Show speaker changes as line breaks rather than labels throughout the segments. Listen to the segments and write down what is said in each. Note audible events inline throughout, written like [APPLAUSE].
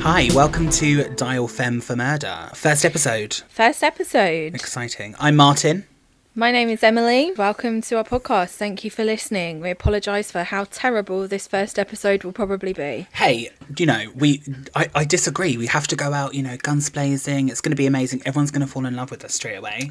Hi, welcome to Dial Femme for Murder. First episode.
First episode.
Exciting. I'm Martin.
My name is Emily. Welcome to our podcast. Thank you for listening. We apologise for how terrible this first episode will probably be.
Hey, you know, we I, I disagree. We have to go out, you know, guns blazing. It's gonna be amazing. Everyone's gonna fall in love with us straight away.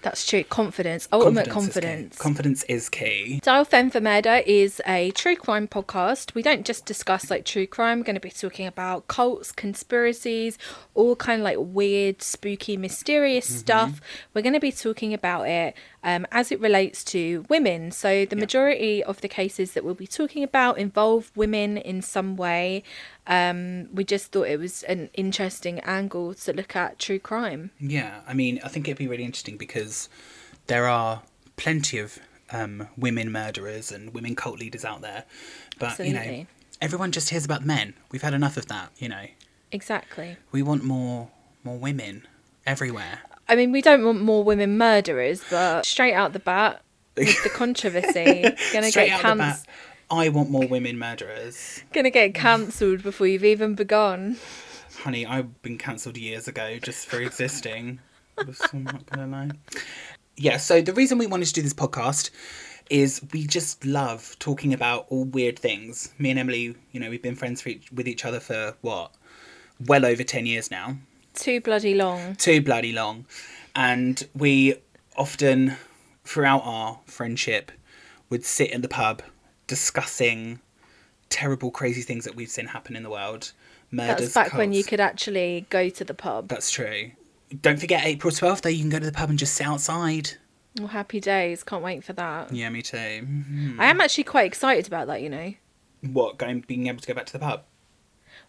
That's true. Confidence, ultimate confidence.
Is key. Confidence is key.
Dial Femme for Murder is a true crime podcast. We don't just discuss like true crime. We're going to be talking about cults, conspiracies, all kind of like weird, spooky, mysterious stuff. We're going to be talking about it um, as it relates to women. So the majority of the cases that we'll be talking about involve women in some way. Um, we just thought it was an interesting angle to look at true crime.
Yeah, I mean, I think it'd be really interesting because there are plenty of um, women murderers and women cult leaders out there, but you know,
Absolutely.
everyone just hears about men. We've had enough of that. You know,
Exactly.
we want more more women everywhere.
I mean, we don't want more women murderers, but straight out the bat
[LAUGHS]
with the controversy, gonna
Straight
get
out the bat,
canc-
I want more women murderers,
gonna get cancelled before you've even begun.
honey. I've been cancelled years ago just for existing. [LAUGHS] I'm not gonna lie. Yeah. So the reason we wanted to do this podcast is we just love talking about all weird things. Me and Emily, you know, we've been friends for each, with each other for what, well over ten years now.
Too bloody long.
too bloody long. And we often, throughout our friendship, would sit in the pub discussing terrible, crazy things that we've seen happen in the world. Murders.
That's back when
cults.
you could actually go to the pub.
That's true. Don't forget April 12th, though, you can go to the pub and just sit outside.
Well, happy days. Can't wait for that.
Yeah, me too. Mm-hmm. Hmm.
I am actually quite excited about that, you know.
What, going, being able to go back to the pub?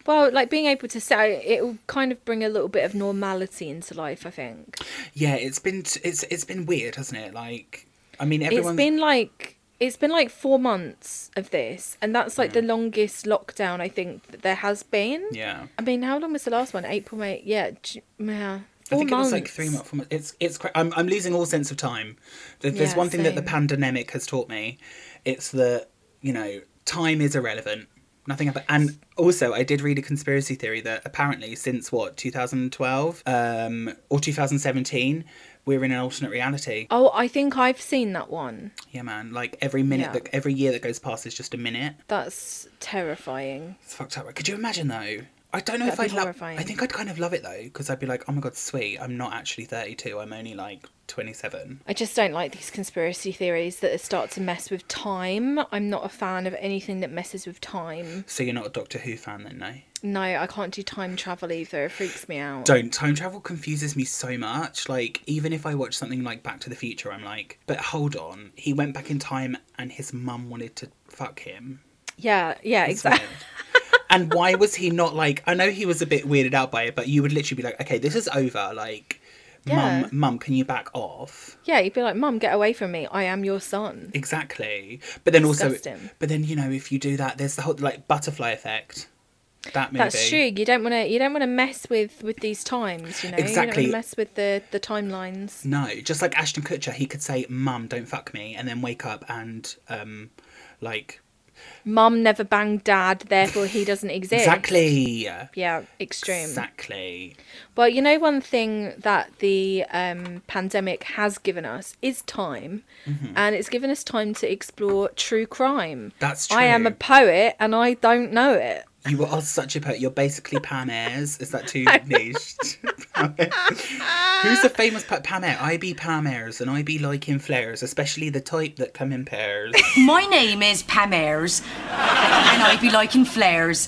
Well, like being able to say it will kind of bring a little bit of normality into life, I think.
Yeah, it's been it's it's been weird, hasn't it? Like, I mean, everyone's
It's been like it's been like 4 months of this, and that's like
Hmm.
the longest lockdown I think that there has been.
yeah.
I mean, how long was the last one? April, May. Yeah, J- yeah. Four
I think
months.
it was like three months. Four months. It's it's. Cra- I'm I'm losing all sense of time. There- There's
Yeah,
one thing that the
same.
pandemic has taught me. It's that you know time is irrelevant. Nothing happened. And also, I did read a conspiracy theory that apparently since what 2012 um, or 2017, we're in an alternate reality.
Oh, I think I've seen that one.
Yeah, man. Like every minute
Yeah.
that every year that goes past is just a minute.
That's terrifying.
It's fucked up. right? Could you imagine though? I don't know
That'd be
if I'd love.
horrifying.
I think I'd kind of love it though, because I'd be like, oh my god, sweet. I'm not actually 32. I'm only like 27.
I just don't like these conspiracy theories that start to mess with time. I'm not a fan of anything that messes with time.
So you're not a Doctor Who fan then, no?
No, I can't do time travel either. It freaks me out.
Don't. Time travel confuses me so much. Like, even if I watch something like Back to the Future, I'm like, but hold on. He went back in time and his mum wanted to fuck him.
Yeah, yeah,
It's
exactly.
weird. [LAUGHS] and why was he not like, I know he was a bit weirded out by it, but you would literally be like, okay, this is over. Like,
Yeah.
mum, mum, can you back off?
Yeah, you'd be like, "Mum, get away from me. I am your son."
Exactly. But then also,
Disgusting.
but then, you know, if you do that, there's the whole like butterfly effect. That movie.
That's true. You don't want to. You don't want to mess with with these times. You know, you don't
Exactly.
want to mess with the the timelines.
No, just like Ashton Kutcher, he could say, "Mum, don't fuck me," and then wake up and, um, like
Mum never banged dad, therefore he doesn't exist.
exactly,
Yeah, extreme.
exactly.
Well, you know, one thing that the um, pandemic has given us is time,
Mm-hmm.
and it's given us time to explore true crime.
That's
I am a
true.
poet, and I don't know it.
You are such a poet. You're basically Pam Ayres. Is that
[LAUGHS]
too niche? [LAUGHS] Pam Ayres. Who's the famous poet? Pam Ayres. I be Pam Ayres, and I be like in flares, especially the type that come in
[LAUGHS]
pairs.
My name is Pam Ayres, and I be liking flares,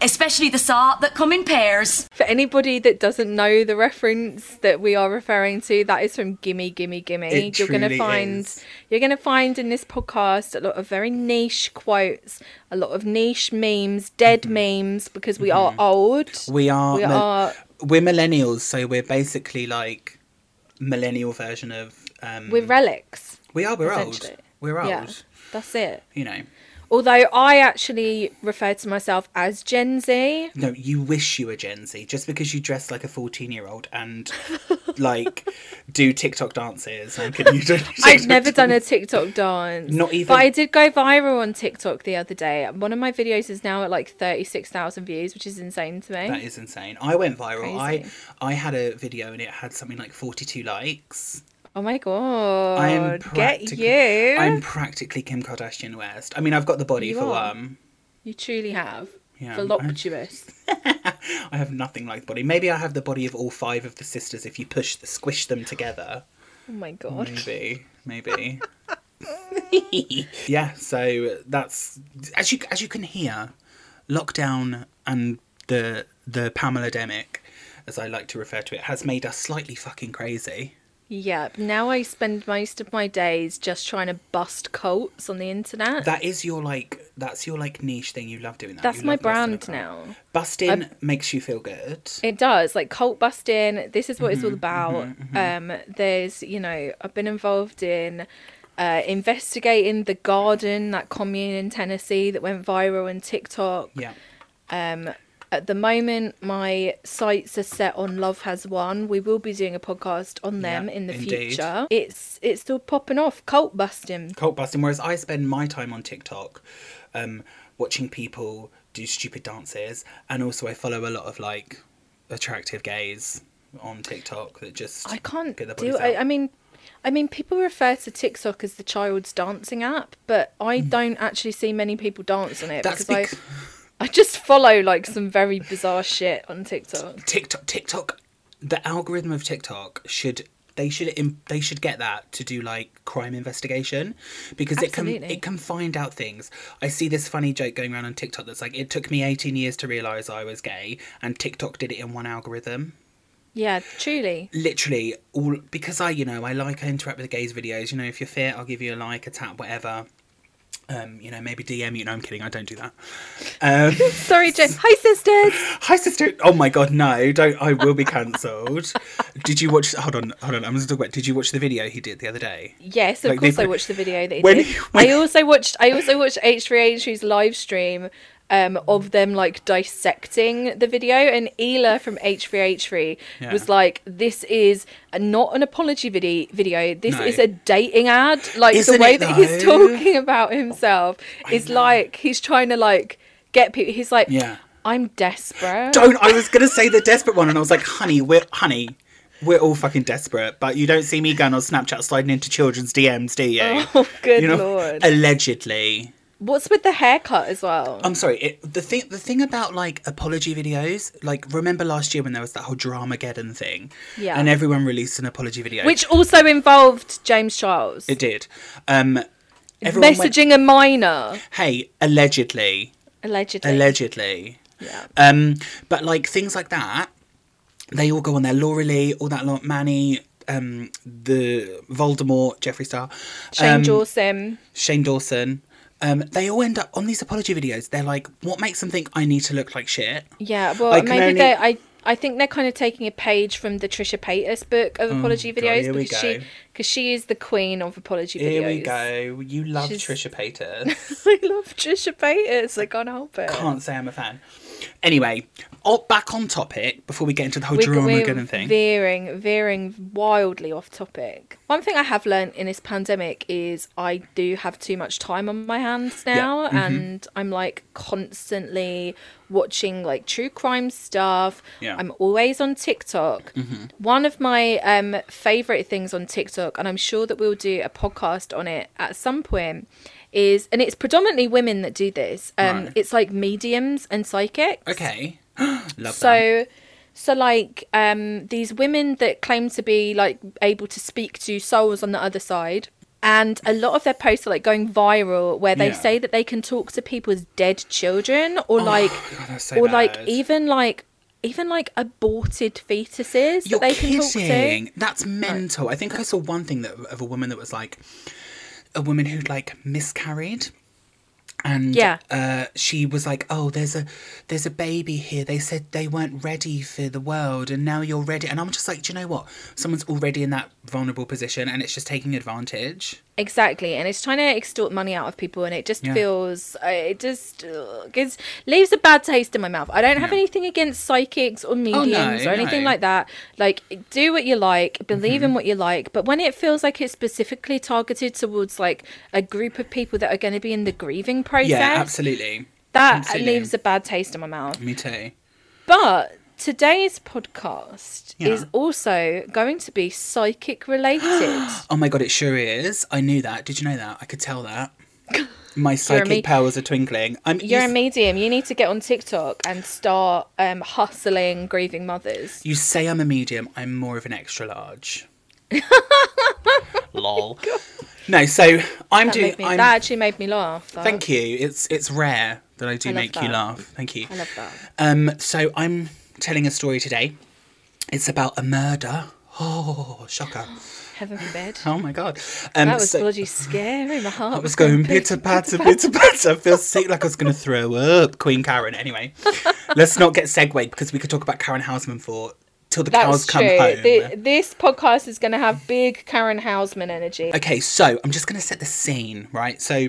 especially the sort that come in pairs.
For anybody that doesn't know the reference that we are referring to, that is from Gimme Gimme Gimme.
It
you're gonna
truly
find
is.
you're gonna find in this podcast a lot of very niche quotes, a lot of niche memes, dead memes because we are old.
Mm-hmm. We are.
We
mil-
are-
We're millennials, so we're basically like millennial version of. Um,
We're relics.
we are. We're old.
essentially.
We're old.
Yeah, that's it.
You know.
Although I actually refer to myself as Gen Z.
No, you wish you were Gen Z just because you dress like a 14 year old
[LAUGHS]
and like do TikTok dances. Like, and you don't do
[LAUGHS] I've
TikTok
never done a
dances.
TikTok dance.
Not even-
But I did go viral on TikTok the other day. One of my videos is now at like 36,000 views, which is insane to me.
That is insane. I went viral.
Crazy.
I I had a video and it had something like 42 likes.
oh my God.
I'm
Get
practically,
you.
I'm practically Kim Kardashian West. I mean, I've got the body
You
for
are.
one.
You truly have.
Yeah,
Voluptuous.
I have nothing like the body. Maybe I have the body of all five of the sisters if you push the squish them together.
Oh my God.
Maybe,
[LAUGHS]
maybe. yeah, so that's as you as you can hear, lockdown and the the Pamela demic, as I like to refer to it, has made us slightly fucking crazy.
Yeah. Now I spend most of my days just trying to bust cults on the internet.
That is your like that's your like niche thing you love doing that.
That's
You
my
love busting a
brand
cult.
now.
Busting
I'm-
makes you feel good.
It does, like cult busting. This is what
Mm-hmm,
it's all about. Um, there's, you know, I've been involved in uh, investigating the garden, that commune in Tennessee that went viral on TikTok.
Yeah.
At the moment, my sights are set on Love Has Won. We will be doing a podcast on them
Yeah,
in the
indeed.
future. It's it's still popping off, cult busting.
Cult busting, whereas I spend my time on TikTok um, watching people do stupid dances and also I follow a lot of like attractive gays on TikTok that just
I can't
get their
do.
bodies
I,
out.
I mean, I mean, people refer to TikTok as the child's dancing app, but I don't actually see many people dance on it
Mm. That's
because
bec-
I, I just follow like some very bizarre shit on TikTok.
TikTok TikTok the algorithm of TikTok should they should im- they should get that to do like crime investigation because it can
Absolutely.
it can find out things. I see this funny joke going around on TikTok that's like it took me 18 years to realize I was gay and TikTok did it in one algorithm.
Yeah, truly.
literally all because I, you know, I like I interact with the gays videos. You know, if you're fit, I'll give you a like, a tap, whatever. Um, you know, maybe DM you. No, I'm kidding. I don't do that.
[LAUGHS]
Um,
[LAUGHS] Sorry, Jen. Hi, sisters.
hi, sister. Oh my god, no! Don't. I will be cancelled. did you watch? Hold on, hold on. I'm just talking about. Did you watch the video he did the other day?
Yes, of
Like,
course
they-
I watched the video that he
when-
did.
when- [LAUGHS]
I also watched. I also watched H3H3's live stream. Um, of them like dissecting the video, and Ela from H3H3
Yeah.
was like, "This is a- not an apology video. Video. This
No.
is a dating ad. Like
Isn't
the way
it,
that he's
though?
talking about himself is
know.
like he's trying to like get people. He's like,
Yeah.
I'm desperate.
Don't. I was gonna say the desperate one, and I was like, honey, we're honey. We're all fucking desperate, but you don't see me going on Snapchat sliding into children's DMs, do [LAUGHS] you?
Oh, good
you know,
lord.
allegedly.
What's with the haircut as well?
I'm sorry. It, the thing, the thing about like apology videos, like remember last year when there was that whole Dramageddon thing,
Yeah.
and everyone released an apology video,
Which also involved James Charles.
it did. Um, everyone went,
messaging a minor
hey, allegedly,
allegedly.
allegedly.
yeah.
Um, but like things like that, they all go on there. Laura Lee, all that lot, Manny, um, the Voldemort, Jeffree Star,
Shane
um,
Dawson.
Shane Dawson. Um, they all end up on these apology videos. They're like, what makes them think I need to look like shit?
Yeah, well,
I can
maybe
only-
they. I I think they're kind of taking a page from the Trisha Paytas book of apology
Mm, God,
videos
here we
because she
go.
because she is the queen of apology
Here
videos.
we go. You love
She's-
Trisha Paytas.
[LAUGHS] I love Trisha Paytas. I can't help it.
Can't say I'm a fan. Anyway, oh, back on topic before we get into the whole
We're,
drama
we're
gun and thing.
veering, veering wildly off topic. One thing I have learned in this pandemic is I do have too much time on my hands now,
mm-hmm.
and I'm like constantly watching like true crime stuff.
Yeah. Mm-hmm.
I'm always on TikTok. One of my um, favorite things on TikTok, and I'm sure that we'll do a podcast on it at some point. Is and it's predominantly women that do this. Um,
Right.
It's like mediums and psychics.
okay. [GASPS] love that.
So, so like um, these women that claim to be like able to speak to souls on the other side, and a lot of their posts are like going viral where they
Yeah. Oh,
say that they can talk to people's dead children or like,
God, that's so
or like
bad.
even like even like aborted fetuses
You're
that they can talk
kidding.
to.
That's mental. I think I saw one thing that of a woman that was like a woman who'd like miscarried. And
Yeah.
uh, she was like, "Oh, there's a there's a baby here. They said they weren't ready for the world, and now you're ready." And I'm just like, "Do you know what? Someone's already in that vulnerable position, and it's just taking advantage."
Exactly, and it's trying to extort money out of people, and it just
Yeah.
feels uh, it just uh, gives leaves a bad taste in my mouth. I don't have anything against psychics or mediums or anything
Oh, no.
like that. Like, do what you like, believe
Mm-hmm.
in what you like, but when it feels like it's specifically targeted towards like a group of people that are going to be in the grieving process,
Yeah, absolutely.
that
absolutely.
leaves a bad taste in my mouth.
Me too.
But today's podcast
Yeah.
is also going to be psychic
[GASPS]
related.
Oh my god, it sure is. I knew that. Did you know that? I could tell
[LAUGHS]
that. My psychic
me-
powers are twinkling. I'm
You're
you,
a medium. You need to get on TikTok and start um, hustling grieving mothers.
you say I'm a medium, I'm more of an extra large. Lol. No, so I'm
That,
doing
made me,
I'm
that actually made me laugh. though.
Thank you. It's it's rare that I do
I love
make you
that.
laugh. Thank you.
I love that.
Um, so I'm telling a story today. It's about a murder. Oh, shocker!
Heaven forbid.
Oh my god. Um,
That was
so-
bloody scary. My heart
I was going pitter patter, pitter patter. I feel sick, like I was going to throw up. Queen Karen.
[LAUGHS]
Anyway, let's not get segued because we could talk about Karen Hausman for till the cows
That's
come
true.
home.
Thi- this podcast is going to have big Karen Hausman energy.
Okay, so I'm just going to set the scene, right? So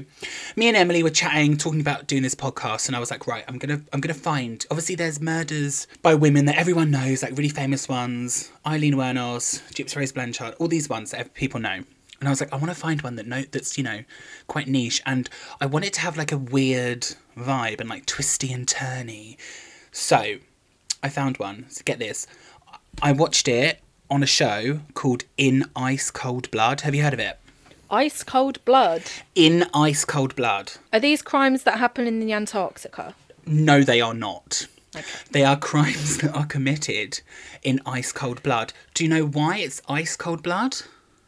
me and Emily were chatting, talking about doing this podcast and I was like, right, I'm going to I'm going to find. Obviously there's murders by women that everyone knows, like really famous ones, Eileen Wernos, Gypsy Rose Blanchard, all these ones that ev- people know. And I was like, I want to find one that no that's, you know, quite niche and I want it to have like a weird vibe and like twisty and turny. So, I found one. So get this. I watched it on a show called In Ice Cold Blood. Have you heard of it?
Ice cold blood.
In Ice Cold Blood.
Are these crimes that happen in the Antarctica?
No, they are not. They are [LAUGHS] crimes that are committed in ice cold blood. Do you know why it's ice cold blood?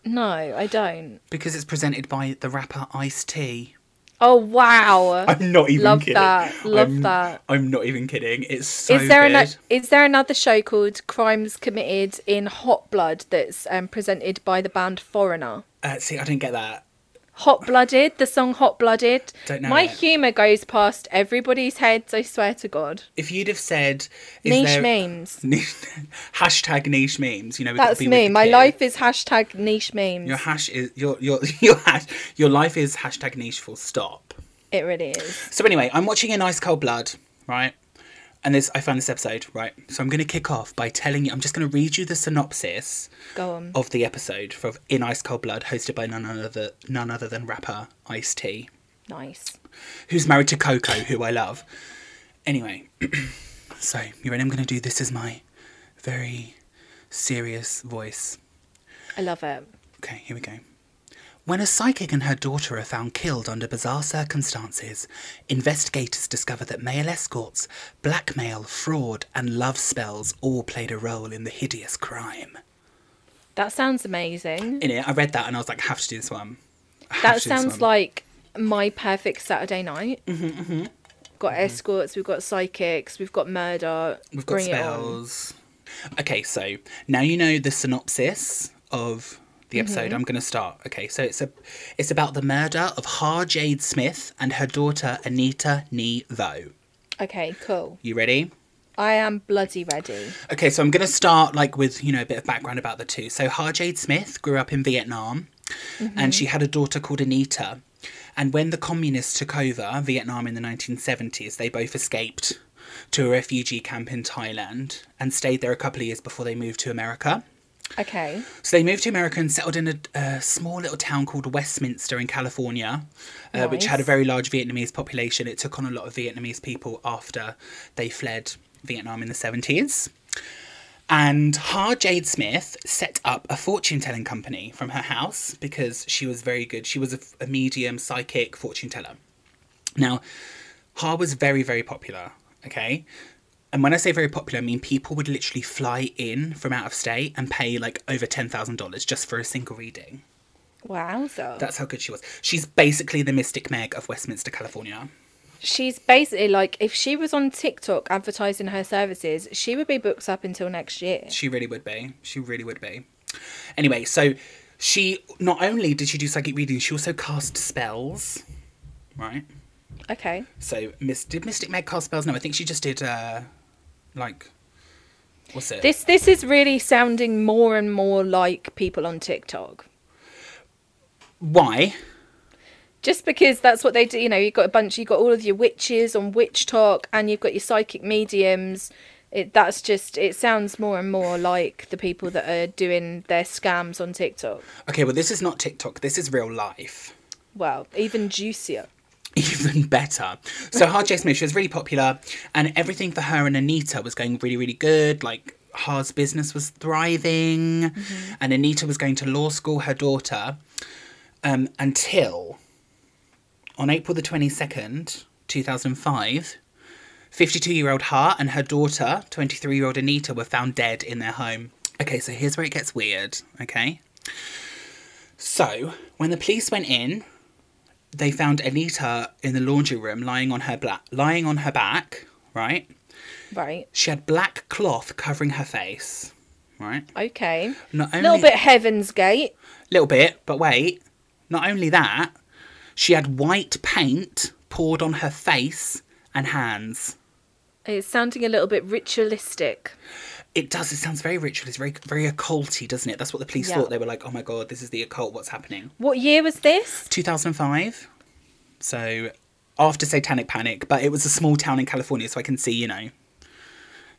No, I don't.
Because it's presented by the rapper Ice T.
Oh wow!
I'm not even
Love
kidding.
that. Love
I'm-
that.
I'm not even kidding. It's so
Is there
good.
another? Is there another show called Crimes Committed in Hot Blood that's um, presented by the band Foreigner?
uh, see, I didn't get that.
Hot Blooded, the song Hot Blooded.
Don't know
My
it.
humour goes past everybody's heads. I swear to God.
If you'd have said is
Niche
there-
memes.
Niche- [LAUGHS] hashtag niche memes. You know, with-
That's
be with
me.
the
My
kid.
life is hashtag niche memes.
Your hash is your your [LAUGHS] your hash. Your life is hashtag niche. Full stop.
It really is.
So anyway, I'm watching In Ice Cold Blood, right? And this, I found this episode, right? So I'm going to kick off by telling you, I'm just going to read you the synopsis
Go on.
of the episode for In Ice Cold Blood, hosted by none other none other than rapper Ice T,
Nice.
who's married to Coco, who I love. Anyway, [CLEARS THROAT] so you ready? I'm going to do this as my very serious voice.
I love it.
Okay, here we go. When a psychic and her daughter are found killed under bizarre circumstances, investigators discover that male escorts, blackmail, fraud, and love spells all played a role in the hideous crime.
That sounds amazing.
In it, I read that and I was like, I have to do this one. I have
That
to do this
sounds
one.
like my perfect Saturday night.
Mm-hmm,
Got escorts. We've got psychics. We've got murder.
We've got
Bring it on.
spells. Okay, so now you know the synopsis of the
Mm-hmm.
episode. I'm going to start. Okay, so it's a it's about the murder of Har Jade Smith and her daughter Anita Nee Vo.
Okay, cool.
You ready?
I am bloody ready.
Okay, so I'm going to start like with you know a bit of background about the two. So Harjade Smith grew up in Vietnam, and she had a daughter called Anita. And when the communists took over Vietnam in the 1970s, they both escaped to a refugee camp in Thailand and stayed there a couple of years before they moved to America.
Okay.
So they moved to America and settled in a, a small little town called Westminster in California, uh, which had a
Nice.
very large Vietnamese population. It took on a lot of Vietnamese people after they fled Vietnam in the 70s. And Har Jade Smith set up a fortune telling company from her house because she was very good. She was a, a medium, psychic, fortune teller. Now, Har was very, very popular, okay? And when I say very popular, I mean people would literally fly in from out of state and pay like over $10,000 just for a single reading.
Wowza.
That's how good she was. She's basically the Mystic Meg of Westminster, California.
She's basically like, if she was on TikTok advertising her services, she would be booked up until next year.
She really would be. She really would be. Anyway, so she not only did she do psychic readings, she also cast spells, right?
Okay.
So, Miss, did Mystic Meg cast spells? No, I think she just did, uh, like, what's it?
This this is really sounding more and more like people on TikTok.
Why?
just because that's what they do you know you've got a bunch you've got all of your witches on witch talk and you've got your psychic mediums it, that's just it sounds more and more like the people that are doing their scams on tiktok
Okay, well, this is not TikTok. This is real life.
well even juicier
[LAUGHS] Even better. So Hard J Smith, she was really popular, and everything for her and Anita was going really, really good. Like Hard's business was thriving, and Anita was going to law school, her daughter, um, until on April the twenty second, two thousand five. 52 year old Hart and her daughter, 23 year old Anita, were found dead in their home. Okay, so here's where it gets weird, okay? So, when the police went in, they found Anita in the laundry room lying on her black lying on her back, right?
right
She had black cloth covering her face, right?
okay
Not
a little bit heaven's gate
little bit, but wait. Not only that, she had white paint poured on her face and hands.
it's sounding a little bit ritualistic
It does. It sounds very ritual. It's very, very occulty, doesn't it? That's what the police
Yeah.
thought. They were like, "Oh my god, this is the occult. What's happening?"
what year was this
2005. So after Satanic Panic, but it was a small town in California, so I can see, you know,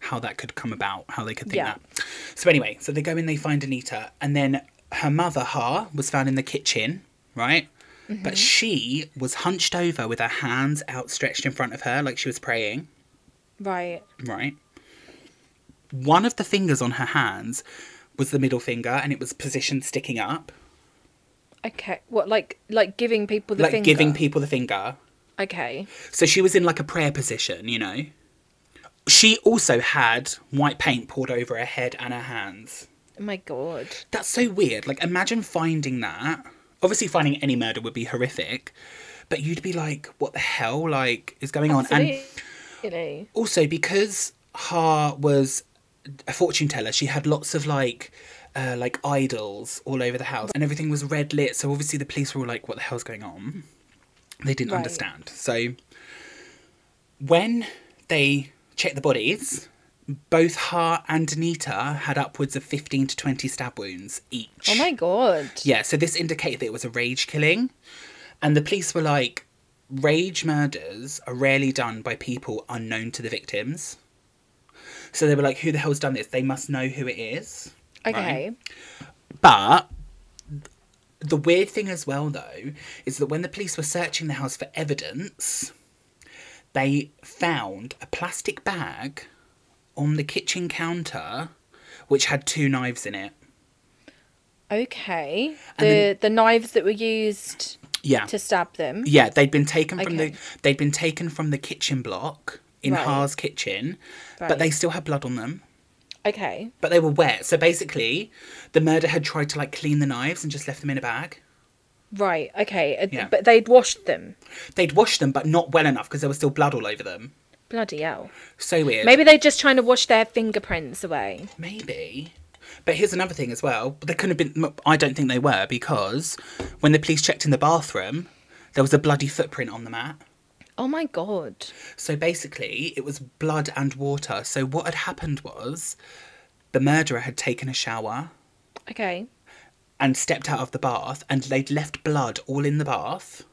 how that could come about, how they could think
Yeah.
that. So anyway, so they go in, they find Anita, and then her mother, Har, was found in the kitchen, right?
Mm-hmm.
But she was hunched over with her hands outstretched in front of her, like she was praying,
right
right? One of the fingers on her hands was the middle finger, and it was positioned sticking up,
okay what like like giving people the
like
finger
giving people the finger.
okay
So she was in like a prayer position, you know. She also had white paint poured over her head and her hands.
oh my god
That's so weird. Like, imagine finding that. Obviously, finding any murder would be horrific, but you'd be like, what the hell, like, is going on? And
Absolutely.
also, because Har was a fortune teller, she had lots of like, uh, like idols all over the house, and everything was red lit. So obviously, the police were all like, "What the hell's going on?" They didn't
Right.
understand. So when they checked the bodies, both Har and Anita had upwards of fifteen to twenty stab wounds each.
oh my god
Yeah, so this indicated that it was a rage killing. And the police were like, rage murders are rarely done by people unknown to the victims. So they were like, who the hell's done this? They must know who it is.
okay
But the weird thing as well, though, is that when the police were searching the house for evidence, they found a plastic bag on the kitchen counter which had two knives in it.
Okay. The
then-
the knives that were used
Yeah.
to stab them.
Yeah, they'd been taken from the
Okay.
they'd been taken from the kitchen block in
Right.
Har's kitchen,
Right.
but they still had blood on them.
Okay.
But they were wet, so basically, the murder had tried to like clean the knives and just left them in a bag.
Right. Okay. Uh,
Yeah.
But they'd washed them.
They'd washed them, but not well enough because there was still blood all over them.
Bloody hell.
So weird.
Maybe they're just trying to wash their fingerprints away.
Maybe. But here's another thing as well. They couldn't have been. I don't think they were because when the police checked in the bathroom, there was a bloody footprint on the mat.
Oh my god.
So basically, it was blood and water. So what had happened was the murderer had taken a shower
Okay.
and stepped out of the bath, and they'd left blood all in the bath.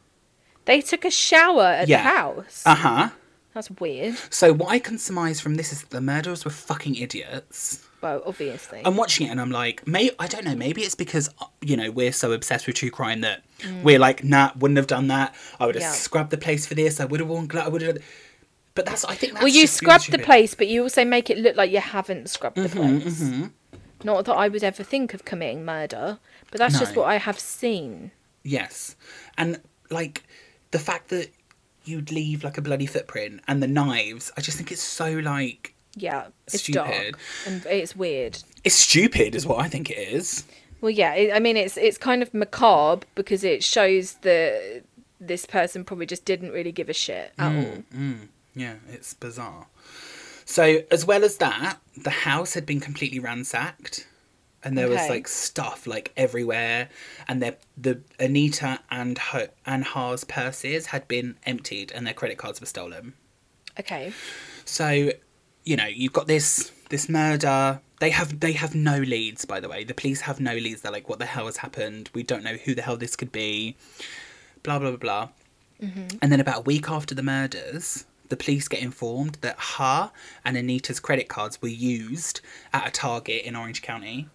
They took a shower at
Yeah.
the house.
Uh huh.
That's weird.
So what I can surmise from this is that the murderers were fucking idiots.
Well, obviously.
I'm watching it and I'm like, may I don't know. Maybe it's because uh, you know we're so obsessed with true crime that we're like, nah, wouldn't have done that. I would have
Mm. Yeah.
scrubbed the place for this. I would have worn gloves. I would have. But that's I think. That's
well, you
just being
scrub the
stupid.
place, but you also make it look like you haven't scrubbed the
Mm-hmm,
place. Not that I would ever think of committing murder, but that's just
No.
what I have seen.
Yes. And like the fact that you'd leave like a bloody footprint and the knives, I just think it's so like
Yeah, it's
Stupid.
dark and it's weird.
it's stupid is what I think it is.
Well, yeah, it, I mean, it's it's kind of macabre because it shows that this person probably just didn't really give a shit at
Mm.
all.
Yeah, it's bizarre. So as well as that, the house had been completely ransacked and there was
Okay.
like stuff like everywhere and their the Anita and her and Ha's purses had been emptied and their credit cards were stolen.
Okay,
So, you know, you've got this this murder. They have they have no leads, by the way. The police have no leads. They're like, what the hell has happened? We don't know who the hell this could be. Blah blah blah blah.
Mm-hmm.
And then about a week after the murders, the police get informed that her and Anita's credit cards were used at a Target in Orange County.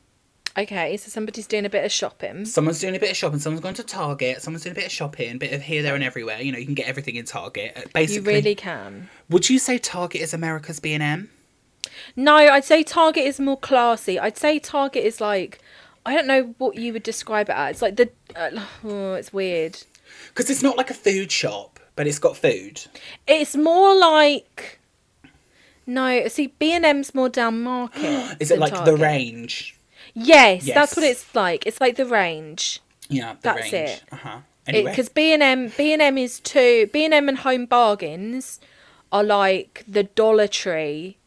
Okay, so somebody's doing a bit of shopping.
Someone's doing a bit of shopping. Someone's going to Target. Someone's doing a bit of shopping, bit of here, there, and everywhere. You know, you can get everything in Target. Uh,
You
Basically,
really can.
would you say Target is America's B and M?
No, I'd say Target is more classy. I'd say Target is like, I don't know what you would describe it as. It's like the, uh, [SIGHS] oh, it's weird.
Because it's not like a food shop, but it's got food.
It's more like, no, see, B and M's more down market.
[GASPS] Is it
than
like
Target.
the range?
Yes,
Yes.
that's what it's like. It's like the range.
Yeah, the
That's
range.
it.
Uh huh. Anyway,
because B and M B and M is two B and M and Home Bargains are like the Dollar Tree.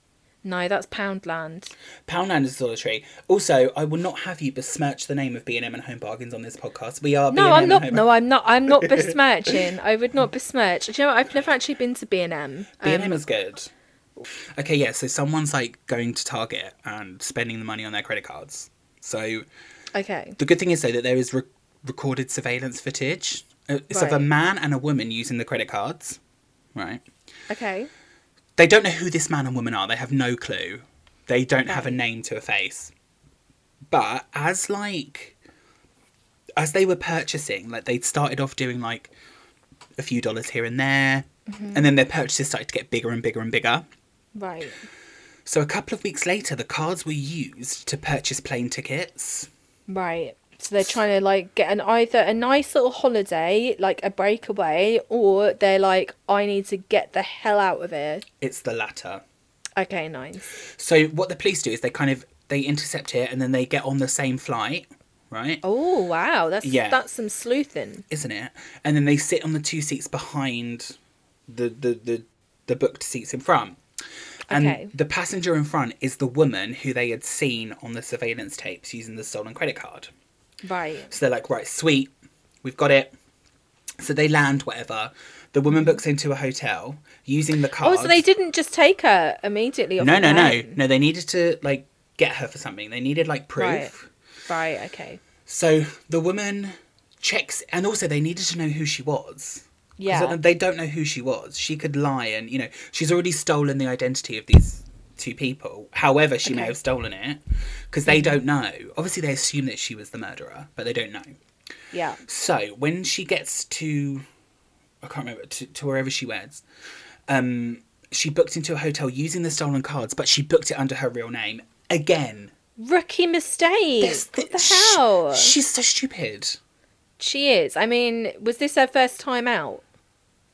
No, that's Poundland.
Poundland is Dollar Tree. Also, I will not have you besmirch the name of B and M and Home Bargains on this podcast. We are.
No,
B&M
I'm
and
not.
Home-
No, I'm not. I'm
[LAUGHS]
not besmirching. I would not besmirch. Do you know what? I've never actually been to B and M.
B&M is good. Okay, yeah, so someone's like going to Target and spending the money on their credit cards. So
Um, Okay.
the good thing is though that there is re- recorded surveillance footage. Uh, It's of a
Right.
man and a woman using the credit cards, right?
Okay.
They don't know who this man and woman are. They have no clue. They don't have a name to a face. But as like as they were purchasing, like they'd started off doing like a few dollars here and there, and then their purchases started to get bigger and bigger and bigger.
Right.
So a couple of weeks later, the cards were used to purchase plane tickets.
Right. So they're trying to like get an either a nice little holiday, like a breakaway, or they're like, I need to get the hell out of here.
It's the latter.
Okay. Nice.
So what the police do is they kind of they intercept it and then they get on the same flight, right?
Oh wow. That's
Yeah.
that's some sleuthing.
Isn't it? And then they sit on the two seats behind the the the, the booked seats in front. And
Okay.
the passenger in front is the woman who they had seen on the surveillance tapes using the stolen credit card.
Right.
So they're like, right, sweet, we've got it. So they land whatever. The woman books into a hotel using the card.
Oh, so they didn't just take her immediately. Off
No,
the
no, no,
plane.
no. They needed to like get her for something. They needed like proof.
Right. Right. Okay.
So the woman checks, and also they needed to know who she was. 'Cause
Yeah.
they don't know who she was. She could lie, and you know she's already stolen the identity of these two people. However, she may
Okay.
have stolen it because they don't know. Obviously, they assume that she was the murderer, but they don't know.
Yeah.
So when she gets to, I can't remember to, to wherever she went, um, she booked into a hotel using the stolen cards, but she booked it under her real name again.
Rookie mistake.
This-
what
th-
the
sh-
hell?
she's so stupid.
she is. I mean, was this her first time out?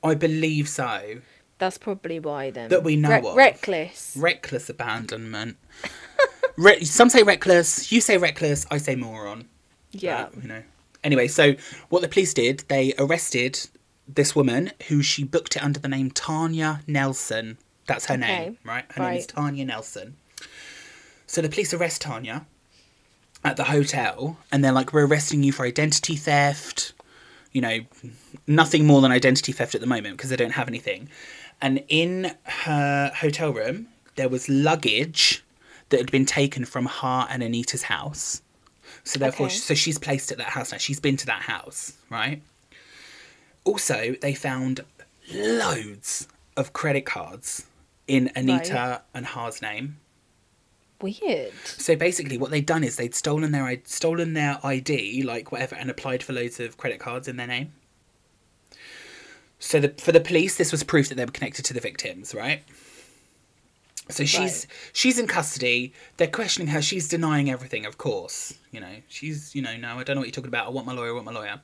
I believe so.
That's probably why then.
That we know
Re-
of.
Reckless.
Reckless abandonment. Re- some say reckless. You say reckless. I say moron.
yeah.
Like, you know. Anyway, so what the police did, they arrested this woman who she booked it under the name Tanya Nelson. That's her name,
Okay.
right? Her name is
Right.
Tanya Nelson. So the police arrest Tanya at the hotel and they're like, We're arresting you for identity theft. You know, nothing more than identity theft at the moment because they don't have anything. And in her hotel room, there was luggage that had been taken from her and Anita's house. So therefore,
Okay.
so she's placed at that house now. She's been to that house, right? Also, they found loads of credit cards in Anita and Ha's name.
Weird.
So basically, what they'd done is they'd stolen their I- stolen their ID, like whatever, and applied for loads of credit cards in their name. So the, for the police, this was proof that they were connected to the victims, right? So she's she's in custody. They're questioning her. She's denying everything, of course. You know, she's you know, no, I don't know what you're talking about. I want my lawyer. I want my lawyer.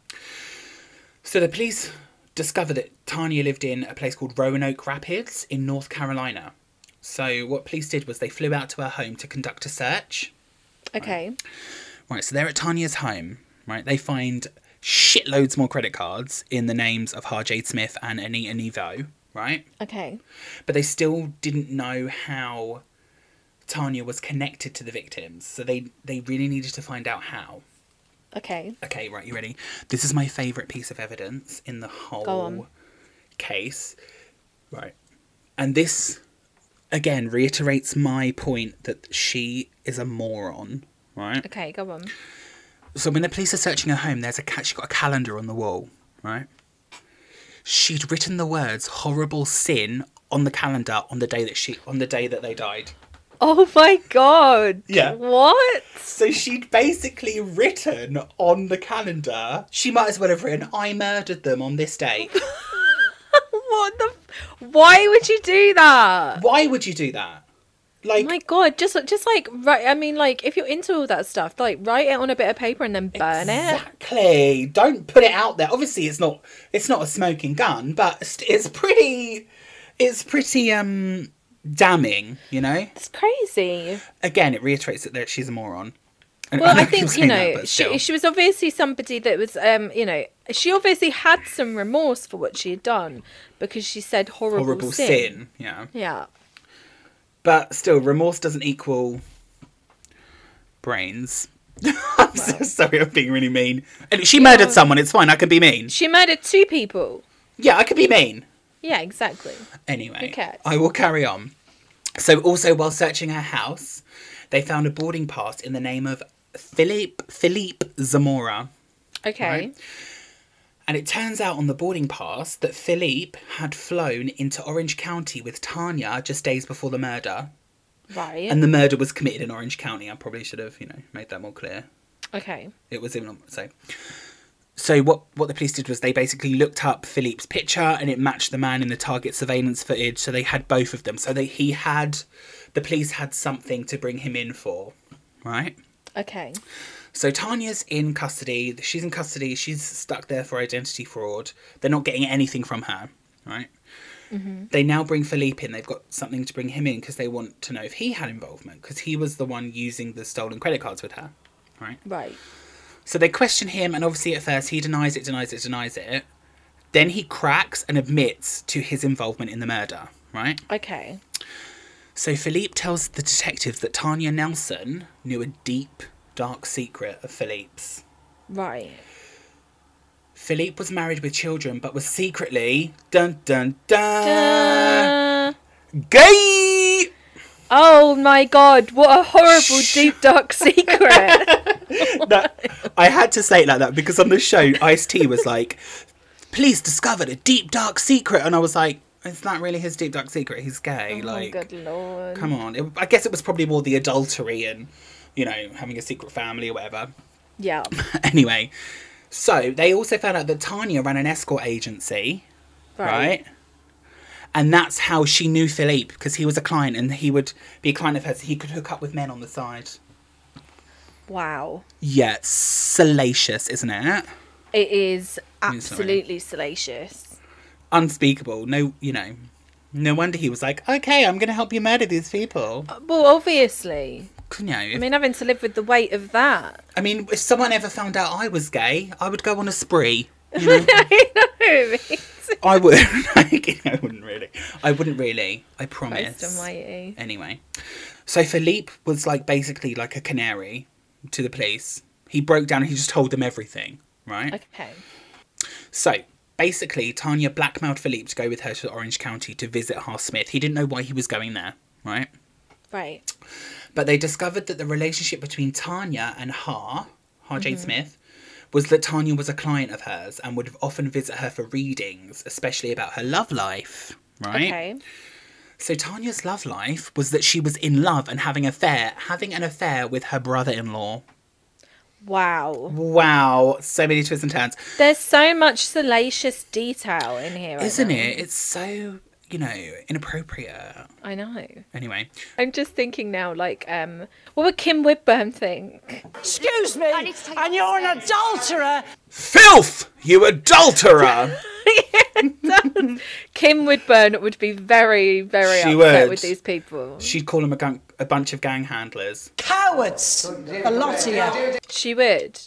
So the police discover that Tanya lived in a place called Roanoke Rapids in North Carolina. So what police did was they flew out to her home to conduct a search.
Okay.
Right, so they're at Tanya's home, right? They find shitloads more credit cards in the names of Har Jade Smith and Anita Nevo, right?
Okay.
But they still didn't know how Tanya was connected to the victims. So they, they really needed to find out how.
Okay.
Okay, right, you ready? This is my favourite piece of evidence in the
on.
whole case. Right. And this again reiterates my point that she is a moron, right?
Okay, go on.
So when the police are searching her home, there's a ca- she got a calendar on the wall, right? She'd written the words "horrible sin" on the calendar on the day that she on the day that they died.
Oh my god.
Yeah.
What?
So she'd basically written on the calendar. She might as well have written "I murdered them on this day."
What the? F- Why would you do that? Oh
Why would you do that? Like,
My god, just just like right. I mean, like if you're into all that stuff, like write it on a bit of paper and then burn it.
Exactly. Don't put it out there. Obviously, it's not it's not a smoking gun, but st- it's pretty it's pretty um damning. You know.
It's crazy.
Again, it reiterates that that she's a moron. And
Well,
know
I
keep
think you
saying that,
know
but
she
still.
she was obviously somebody that was um you know she obviously had some remorse for what she had done because she said horrible,
horrible sin.
sin.
Yeah,
Yeah.
but still, remorse doesn't equal brains. [LAUGHS] I'm so sorry, I'm being really mean. And she murdered someone. It's fine. I can be mean.
She murdered two people.
Yeah, I can be mean.
Yeah, exactly.
Anyway,
Okay.
I will carry on. So, also while searching her house, they found a boarding pass in the name of Philippe Philippe Zamora,
Okay.
Right. and it turns out on the boarding pass that Philippe had flown into Orange County with Tanya just days before the murder,
Right.
and the murder was committed in Orange County. I probably should have, you know, made that more clear.
okay.
It was in so. So what what the police did was they basically looked up Philippe's picture and it matched the man in the target surveillance footage. So they had both of them. So they he had the police had something to bring him in for, right?
Okay.
So Tanya's in custody. She's in custody. She's stuck there for identity fraud. They're not getting anything from her, right? They now bring Philippe in. They've got something to bring him in because they want to know if he had involvement because he was the one using the stolen credit cards with her, right?
Right.
So they question him, and obviously at first he denies it, denies it, denies it. Then he cracks and admits to his involvement in the murder, right?
Okay.
So Philippe tells the detectives that Tanya Nelson knew a deep, dark secret of Philippe's.
Right.
Philippe was married with children, but was secretly dun dun dun,
Uh,
gay.
oh my god, what a horrible
Shh. [LAUGHS]
deep dark secret.
that I had to say it like that because on the show, Ice T was like, "Police discovered a deep dark secret," and I was like, "It's not really his deep dark secret. He's gay."
oh
like,
good lord.
come on. It, I guess it was probably more the adultery and you know having a secret family or whatever. [LAUGHS]
Yeah.
anyway, so they also found out that Tanya ran an escort agency, right? And that's how she knew Philippe because he was a client and he would be a client of hers. He could hook up with men on the side.
Wow.
Yeah, it's salacious, isn't it?
It is
I'm sorry.
absolutely salacious.
unspeakable. No, you know, no wonder he was like, okay, I'm going to help you murder these people.
Well, obviously.
You know, if,
Uh, I mean, having to live with the weight of that.
if someone ever found out I was gay, I would go on a spree.
[LAUGHS]
[LAUGHS] I would, like, I wouldn't really. I wouldn't really. I promise.
Christ almighty.
Anyway, so Philippe was like basically like a canary to the police. He broke down and he just told them everything, right?
Okay.
So basically, Tanya blackmailed Philippe to go with her to Orange County to visit Har Smith. He didn't know why he was going there, right?
Right.
But they discovered that the relationship between Tanya and Har, Har
Mm-hmm.
Jane Smith, was that Tanya was a client of hers and would often visit her for readings, especially about her love life. Right?
Okay.
So Tanya's love life was that she was in love and having an affair, having an affair with her brother-in-law.
Wow.
Wow, so many twists and turns.
There's so much salacious detail in here. right
Isn't
now.
it? It's so, you know, inappropriate.
I know.
Anyway,
I'm just thinking now, like, um, what would Kim Whitburn think?
Excuse me,
I need to take
and
this
you're an
upstairs.
adulterer.
filth, you adulterer. [LAUGHS]
Kim Whitburn would be very, very
She
upset
would.
with these people.
She'd call him a, gun- a bunch of gang handlers.
Cowards, a lot of you.
She would.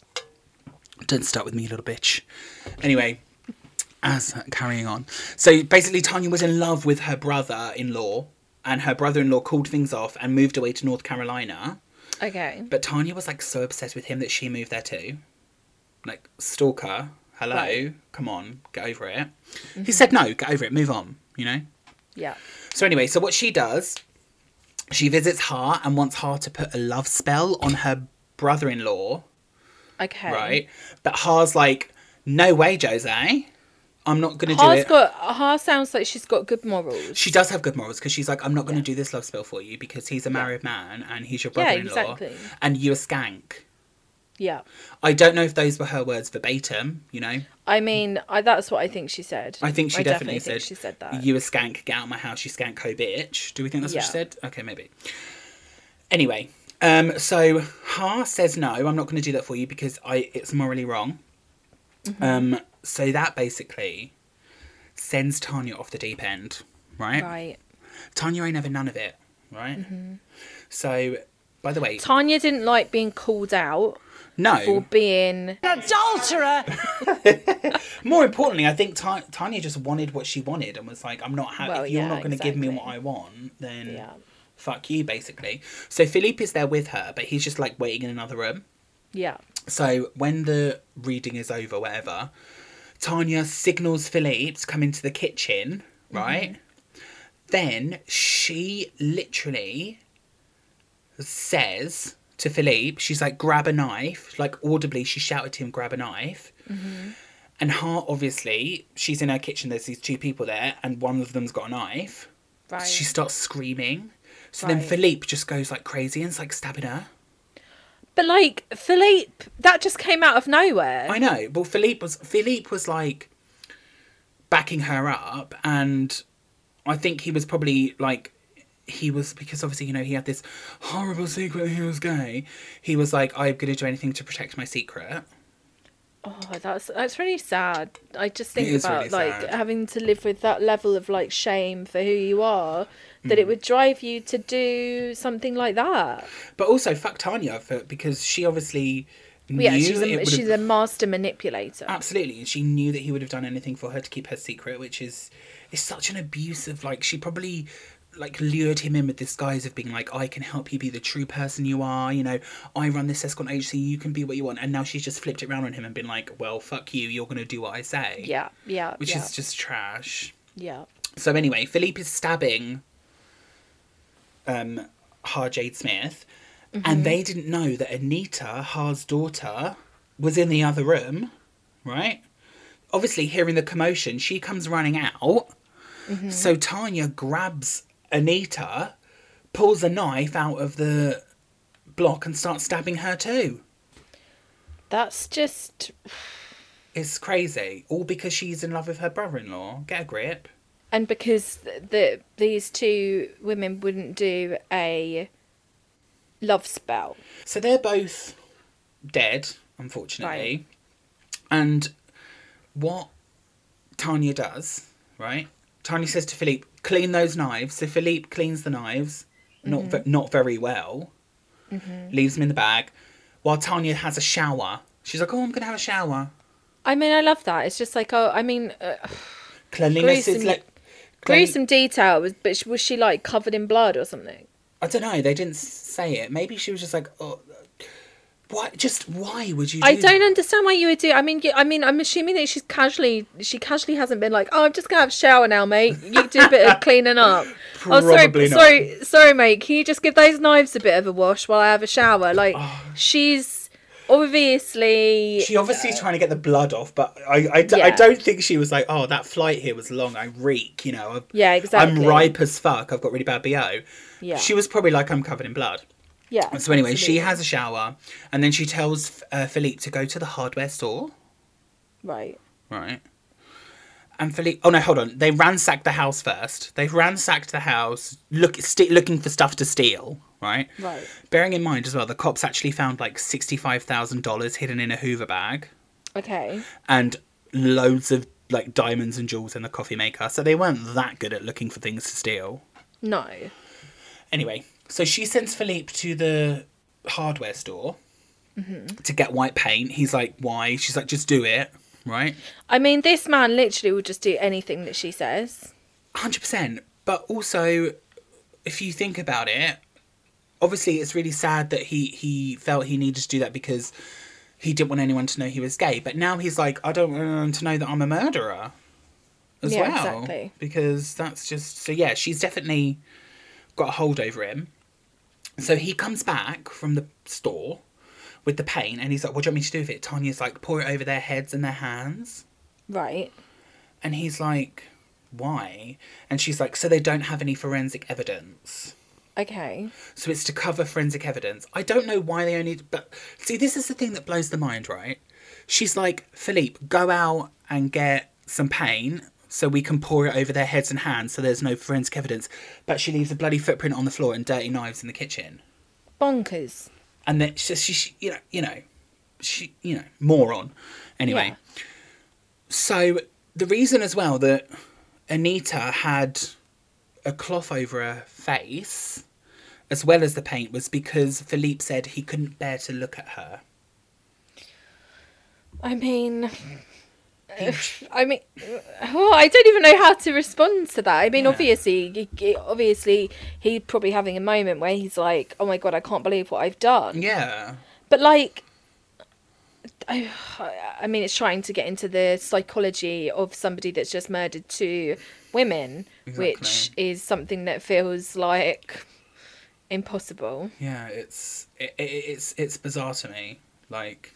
Don't start with me, little bitch. Anyway, as uh, carrying on. So basically, Tanya was in love with her brother in law, and her brother in law called things off and moved away to North Carolina.
Okay.
But Tanya was like so obsessed with him that she moved there too. Like, stalker, hello,
Right. Mm-hmm.
come on, get over it. He said, no, get over it, move on, you know?
Yeah.
So, anyway, so what she does She visits Har and wants Har to put a love spell on her brother in law,
Okay.
right? But Har's like, no way, Jose. I'm not going to do
Har's
it.
got Har sounds like she's got good morals.
she does have good morals because she's like, I'm not going to do this love spell for you because he's a married man and he's your
Yeah,
brother in law.
exactly.
And you a skank.
yeah.
I don't know if those were her words verbatim, you know?
I mean, I, that's what I think she said.
I think she definitely,
think
said,
she said that.
You a skank, get out of my house, you skank ho bitch. Do we think that's what she
Yeah.
said? Okay, maybe. Anyway, um, so Ha says no, I'm not gonna do that for you because I it's morally wrong.
Mm-hmm.
Um, so that basically sends Tanya off the deep end, right?
right. Mm-hmm.
Tanya ain't having none of it, right? So by the way,
Tanya didn't like being called out
no.
for being
An adulterer.
More importantly, I think Ta- Tanya just wanted what she wanted and was like, "I'm not happy.
Well,
if you're
yeah,
not going to give me what
exactly.
I want, then
Yeah.
fuck you." Basically, so Philippe is there with her, but he's just like waiting in another room.
yeah.
So when the reading is over, whatever, Tanya signals Philippe to come into the kitchen,
Mm-hmm.
right? Then she literally says to Philippe, she's like, grab a knife. Like, audibly, she shouted to him, grab a knife.
Mm-hmm.
And Hart, obviously, she's in her kitchen, there's these two people there, and one of them's got a knife.
Right.
She starts screaming. So then
Right.
Philippe just goes like crazy and's like stabbing her.
But like Philippe, that just came out of nowhere.
I know. Well, Philippe was Philippe was like backing her up, and I think he was probably like he was because obviously you know he had this horrible secret that he was gay. He was like, I'm gonna do anything to protect my secret.
oh, that's that's really sad. I just think
It is
about
really
like
sad.
having to live with that level of like shame for who you are. That
Hmm.
it would drive you to do something like that.
But also fuck Tanya for because she obviously knew
Yeah, she's
it
a,
would've-
she's a master manipulator.
Absolutely, and she knew that he would have done anything for her to keep her secret, which is it's such an abuse of like she probably like lured him in with this guise of being like I can help you be the true person you are, you know, I run this escort agency, you can be what you want, and now she's just flipped it round on him and been like, well, fuck you, you're gonna do what I say,
yeah, yeah,
which
yeah,
is just trash.
yeah.
So anyway, Philippe is stabbing um Har Jade Smith, and they didn't know that Anita, Har's daughter, was in the other room, right? Obviously, hearing the commotion, she comes running out. So Tanya grabs Anita, pulls a knife out of the block, and starts stabbing her too.
That's just
It's crazy. All because she's in love with her brother in law. Get a grip.
and because th- the these two women wouldn't do a love spell.
So they're both dead, unfortunately. And what Tanya does, right? Tanya says to Philippe, "Clean those knives." So Philippe cleans the knives,
Mm-hmm.
not ve- not very well. Leaves them in the bag, while Tanya has a shower. She's like, "Oh, I'm gonna have a shower."
I mean, I love that. It's just like, oh, I mean, uh,
Cleanliness is
Gruesome-
like
gruesome detail. Was but she, was she like covered in blood or something?
I don't know. They didn't say it. Maybe she was just like, "Oh, why? Just why would you?" Do
I don't
that?"
understand why you would do. I mean, you, I mean, I'm assuming that she's casually, she casually hasn't been like, oh, I'm just gonna have a shower now, mate. You do a
[LAUGHS]
bit of cleaning up. oh, sorry,
Probably not.
sorry, sorry, mate. Can you just give those knives a bit of a wash while I have a shower? Like, she's obviously
Oh. She obviously is trying to get the blood off, but I, I, d- I
Yeah.
don't think she was like, oh, that flight here was long. I reek, you know. I've,
Yeah, exactly.
I'm ripe as fuck. I've got really bad BO.
Yeah.
She was probably like, I'm covered in blood.
yeah.
So anyway,
absolutely.
she has a shower, and then she tells uh, Philippe to go to the hardware store.
right.
Right. And Philippe, oh no, hold on. They ransacked the house first. They ransacked the house, look, st- looking for stuff to steal. Right.
Right.
Bearing in mind as well, the cops actually found like sixty-five thousand dollars hidden in a Hoover bag.
Okay.
and loads of like diamonds and jewels in the coffee maker. So they weren't that good at looking for things to steal.
No.
Anyway, so she sends Philippe to the hardware store to get white paint. He's like, "Why?" She's like, "Just do it." Right?
I mean, this man literally will just do anything that she says.
100%. But also if you think about it, obviously it's really sad that he he felt he needed to do that because he didn't want anyone to know he was gay. But now he's like, I don't want anyone to know that I'm a murderer as
Yeah,
well.
exactly.
Because that's just so yeah, she's definitely got a hold over him. So he comes back from the store with the paint and he's like, What do you want me to do with it? Tanya's like, Pour it over their heads and their hands.
Right.
And he's like, Why? And she's like, So they don't have any forensic evidence.
Okay.
So it's to cover forensic evidence. I don't know why they only. But see, this is the thing that blows the mind, right? She's like, Philippe, go out and get some paint so we can pour it over their heads and hands so there's no forensic evidence. But she leaves a bloody footprint on the floor and dirty knives in the kitchen.
Bonkers.
And then she, she, she you know, you know, she, you know, moron. Anyway.
Yeah.
So the reason as well that Anita had a cloth over her face, as well as the paint, was because Philippe said he couldn't bear to look at her.
I mean, I mean, oh, I don't even know how to respond to that. I mean, obviously, he- he- obviously, he's probably having a moment where he's like, "Oh my god, I can't believe what I've done."
Yeah.
But like, I, I mean, it's trying to get into the psychology of somebody that's just murdered two women, which
Exactly.
is something that feels like impossible.
Yeah, it's it, it, it's it's bizarre to me. Like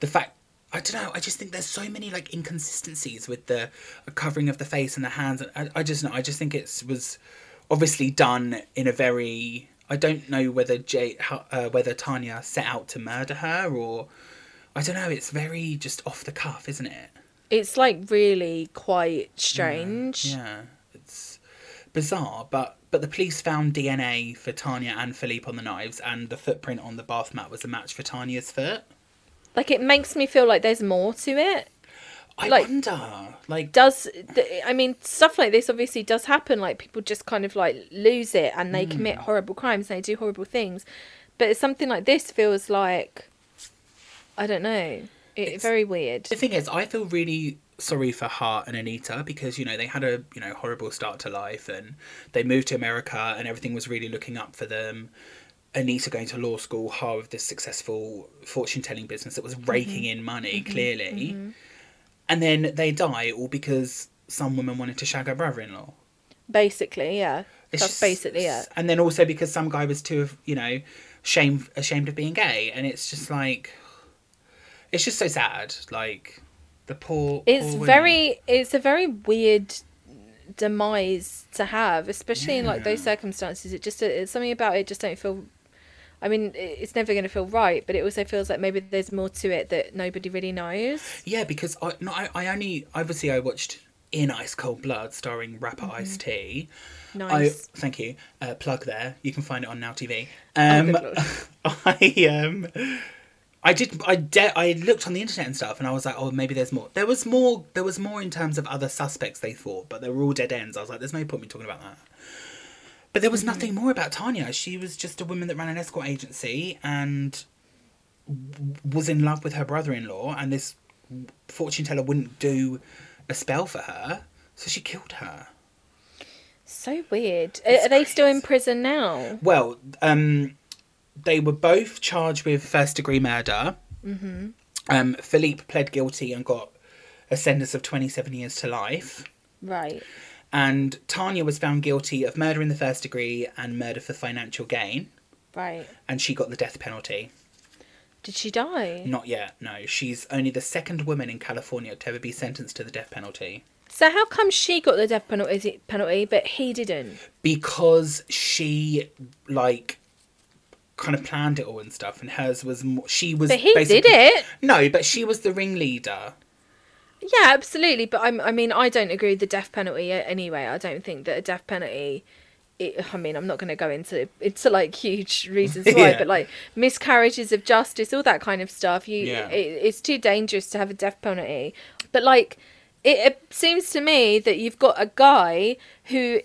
the fact I don't know. I just think there's so many like inconsistencies with the uh, covering of the face and the hands. I, I just know. I just think it was obviously done in a very. I don't know whether Jay, how, uh, whether Tanya set out to murder her or I don't know. It's very just off the cuff, isn't it?
It's like really quite strange.
Yeah, it's bizarre, but but the police found DNA for Tanya and Philippe on the knives, and the footprint on the bath mat was a match for Tanya's foot.
Like it makes me feel like there's more to it.
I
Like-
wonder, like,
does th- i mean stuff like this obviously does happen like people just kind of like lose it and
Hmm.
they commit horrible crimes and they do horrible things but something like this feels like i don't know it, very weird
the thing is, I feel really sorry for Hart and Anita because you know they had a you know horrible start to life, and they moved to America, and everything was really looking up for them. Anita going to law school, Hart with this successful fortune telling business that was raking in money, clearly, and then they die all because some woman wanted to shag her brother in law.
basically yeah
It's
that's
just-
basically it
And then also because some guy was too, you know, shame ashamed of being gay, and it's just like, it's just so sad. Like the poor.
it's
poor women.
very it's a very weird demise to have especially in like those circumstances it just it's something about it just don't feel i mean it- it's never going to feel right but it also feels like maybe there's more to it that nobody really knows
Yeah, because I no, I, I only obviously I watched In Ice Cold Blood starring rapper Ice T. I
Mm-hmm. nice Oh,
thank you. Uh, plug there. You can find it on Now TV. Um,
good lord.
I um, I did. I de- I looked on the internet and stuff, and I was like, oh, maybe there's more. There was more. There was more in terms of other suspects they thought, but they were all dead ends. I was like, there's no point me talking about that. But there was nothing more about Tanya. She was just a woman that ran an escort agency and w- was in love with her brother-in-law, and this fortune teller wouldn't do a spell for her, so she killed her.
So weird. Are, are they still in prison now?
Well, um, they were both charged with first degree murder. Mm-hmm. Um, Philippe pled guilty and got a sentence of 27 years to life.
Right.
And Tanya was found guilty of murder in the first degree and murder for financial gain.
Right.
And she got the death penalty.
Did she die?
Not yet, no. She's only the second woman in California to ever be sentenced to the death penalty.
So how come she got the death penalty, penalty but he didn't?
because she like kind of planned it all and stuff and hers was more, she was
But he did
basically-
it.
no but she was the ringleader
Yeah, absolutely. But I'm, I mean, I don't agree with the death penalty a- anyway. I don't think that a death penalty. It, I mean, I'm not going to go into into like huge reasons why,
[LAUGHS] Yeah.
but like miscarriages of justice, all that kind of stuff. You,
Yeah.
it, it's too dangerous to have a death penalty. But like, it, it seems to me that you've got a guy who.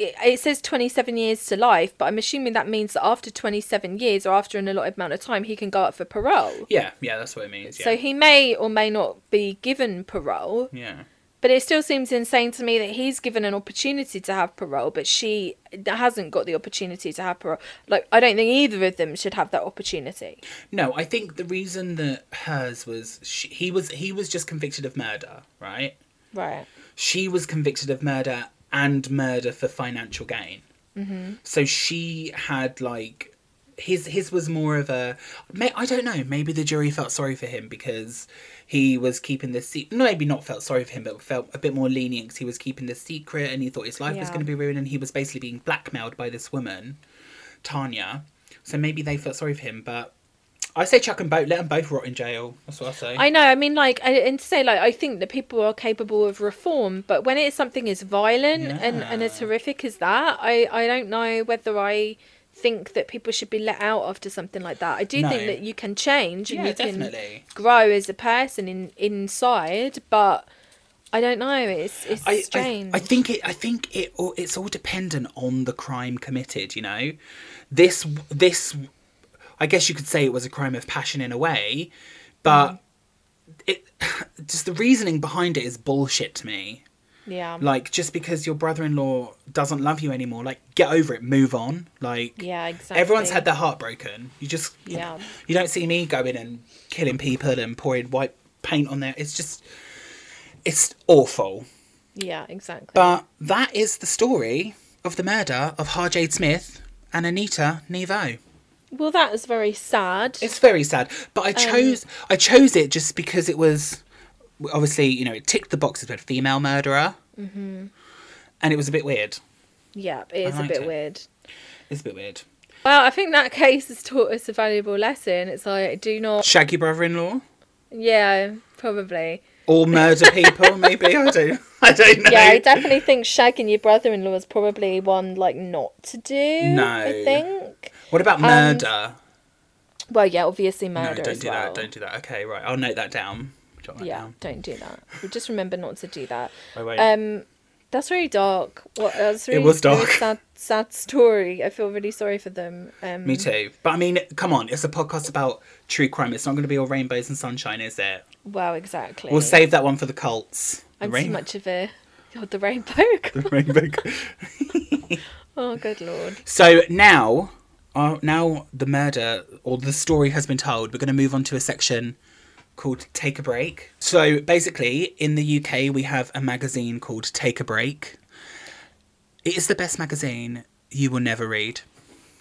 It, it says 27 years to life, but I'm assuming that means that after 27 years or after an allotted amount of time, he can go up for parole.
yeah yeah that's what it means yeah
So he may or may not be given parole.
yeah
But it still seems insane to me that he's given an opportunity to have parole, but she hasn't got the opportunity to have parole. Like, I don't think either of them should have that opportunity.
no i think the reason that hers was she, he was he was just convicted of murder right
Right.
she was convicted of murder and murder for financial gain mm-hmm. So she had like his his was more of a may, I don't know maybe the jury felt sorry for him because he was keeping the secret no maybe not felt sorry for him but felt a bit more lenient because he was keeping the secret and he thought his life was
Yeah.
going to be ruined and he was basically being blackmailed by this woman Tanya so maybe they felt sorry for him but I say chuck and boat let them both rot in jail that's what I say
I know. I mean, like, I, and to say, like, I think that people are capable of reform, but when it's something as violent and, and as horrific as that, I, I don't know whether I think that people should be let out after something like that. I do
No.
think that you can change and
Yeah,
you can
definitely.
grow as a person in inside, but I don't know. It's it's
I, I,
strange.
I think it. I think it. all It's all dependent on the crime committed. You know, this. This. I guess you could say it was a crime of passion in a way, but
Mm.
it. [SIGHS] Just the reasoning behind it is bullshit to me.
yeah.
Like, just because your brother-in-law doesn't love you anymore, like, get over it, move on. Like,
Yeah,
Everyone's
exactly.
had their heart broken. You just, you yeah.
Yeah.
you don't see me going and killing people and pouring white paint on there. It's just, it's awful.
yeah. Exactly.
But that is the story of the murder of Harjade Smith and Anita Nevo.
well, that is very sad.
It's very sad, but I
Um,
chose I chose it just because it was obviously you know it ticked the boxes with female murderer, mm-hmm. and it was a bit weird.
yeah, it is a
liked
bit
it.
weird.
It's a bit weird.
Well, I think that case has taught us a valuable lesson. It's like do not
Shaggy brother-in-law
Yeah, probably.
or murder
[LAUGHS]
people? maybe I don't. I don't know.
Yeah, I definitely think shagging your brother-in-law is probably one like not to do.
No.
I think.
What about murder?
Well, yeah, obviously
no,
um, murder
don't
as
do
well.
that. Don't do that. Okay, right. I'll note that down. Jot that
yeah,
down.
don't do that. Just remember not to do that.
I won't.
Um, that's really dark. What? That's really,
was
really
dark.
sad, sad story. I feel really sorry for them. Um,
Me too. But I mean, come on, it's a podcast about true crime. It's not going to be all rainbows and sunshine, is it?
Well, exactly.
We'll save that one for the cults. The
I'm
rain-
too much [LAUGHS] of a. God, the rainbow.
[LAUGHS]
[LAUGHS]
rainbow cult.
oh, good lord.
so now, uh, now the murder or the story has been told. We're going to move on to a section called Take a Break. So basically, in the UK, we have a magazine called Take a Break. It is the best magazine you will never read.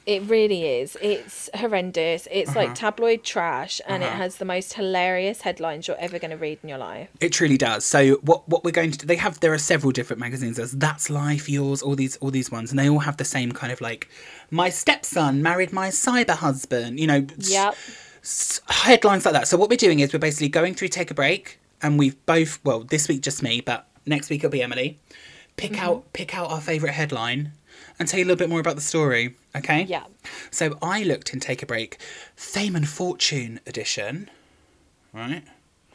It really is. It's horrendous. It's
Uh-huh.
like tabloid trash and it has the most hilarious headlines you're ever going to read in your life.
It truly does. So what what we're going to do, they have there are several different magazines. There's That's Life, Yours, all these all these ones, and they all have the same kind of like my stepson married my cyber husband. You know, s-
Yep.
s- headlines like that. So what we're doing is we're basically going through take a break, and we've both well this week just me, but next week it'll be Emily. Pick
Mm-hmm.
out pick out our favorite headline, and tell you a little bit more about the story. Okay.
Yeah.
So I looked in Take a Break, Fame and Fortune edition, right?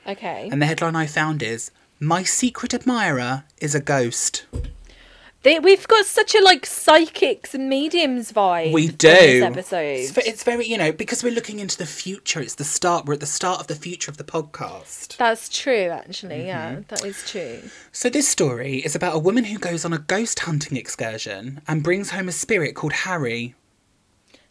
Okay.
And the headline I found is My Secret Admirer is a Ghost.
They, we've got such a like psychics and mediums vibe.
We
in
do.
This
It's,
episode.
ve- it's very, you know, because we're looking into the future, it's the start, we're at the start of the future of the podcast.
That's true, actually. Yeah,
Mm-hmm.
that is true.
So, this story is about a woman who goes on a ghost hunting excursion and brings home a spirit called Harry.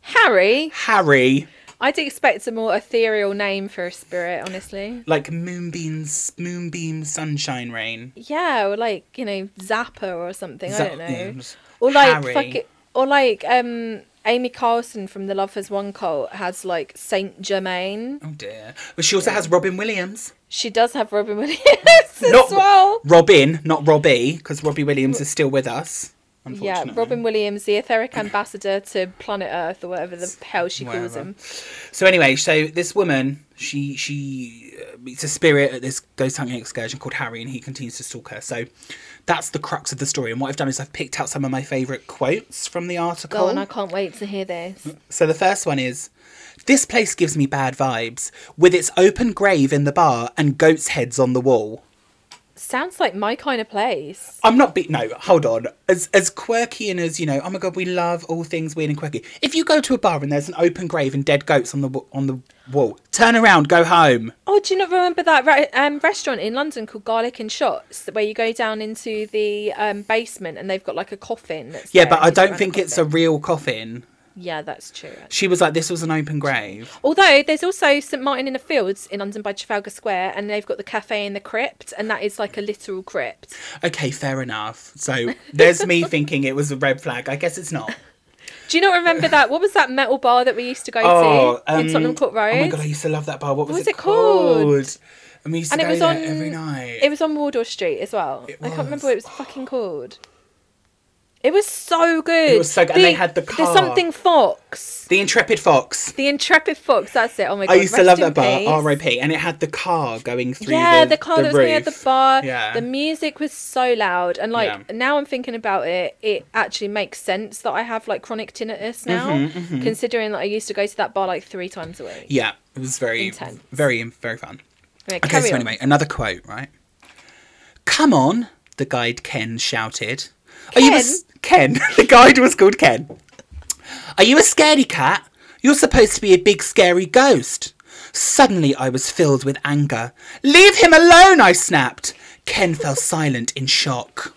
Harry,
Harry!
I'd expect a more ethereal name for a spirit, honestly.
Like moonbeams, moonbeam, sunshine, rain.
Yeah, or like you know Zappa or something. I don't know.
Zappa.
Or like
Harry.
fuck it, or like um Amy Carlson from the Love Has One cult has like Saint Germain.
Oh dear. But she also has Robin Williams.
She does have Robin Williams [LAUGHS] as well.
Robin, not Robbie, because Robbie Williams is still with us.
Yeah,
Unfortunately.
Robin Williams, the etheric ambassador to planet Earth or whatever the hell she calls
Whatever.
him.
So anyway, so this woman, she she uh, meets a spirit at this ghost hunting excursion called Harry, and he continues to stalk her. So that's the crux of the story. And what I've done is I've picked out some of my favourite quotes from the
Go
article.
on, I can't wait to hear this.
So the first one is, "This place gives me bad vibes, with its open grave in the bar and goats' heads on the wall."
Sounds like my kind of place.
I'm not be no, hold on. As as quirky and as, you know, oh my god, we love all things weird and quirky. If you go to a bar and there's an open grave and dead goats on the wa- on the wall, turn around, go home.
Oh, do you not remember that re- um, restaurant in London called Garlic and Shots, where you go down into the um, basement and they've got like a coffin? That's
Yeah,
there
but
and
I
you sit
don't
around
think
the
it's a
coffin.
real coffin.
Yeah, that's true. actually.
She was like, this was an open grave.
Although there's also St Martin in the Fields in London by Trafalgar Square, and they've got the cafe in the crypt, and that is like a literal crypt.
Okay, fair enough. So there's
[LAUGHS]
me thinking it was a red flag. I guess it's not.
Do you not
[LAUGHS]
remember that? What was that metal bar that we used to go
Oh,
to in Tottenham
um,
Court Road?
Oh my god, I used to love that bar. What was,
was
it,
it called?
called? And we used to
and
go
it was
there
on
every night.
It was on Wardour Street as well. I can't
was.
remember what it was fucking called. It was so good.
It was so good, and they had the
There's
car.
something fox.
the Intrepid Fox.
The intrepid fox. That's it. Oh my god.
I used to
rest
love
in
that bar,
peace.
R.I.P. And it had the car going through.
Yeah,
the,
the, car that was near the
roof.
bar.
Yeah.
The music was so loud, and like
Yeah.
now I'm thinking about it, it actually makes sense that I have like chronic tinnitus now,
Mm-hmm,
considering that I used to go to that bar like three times a week.
Yeah, it was very,
Intense.
very, very fun.
Yeah,
Okay,
carry
so
on.
anyway, another quote, right? Come on, the guide Ken shouted. Are you a
Ken?
s- Ken? [LAUGHS] the guide was called Ken. Are you a scaredy cat? You're supposed to be a big scary ghost. Suddenly I was filled with anger. Leave him alone, I snapped. Ken fell silent in shock.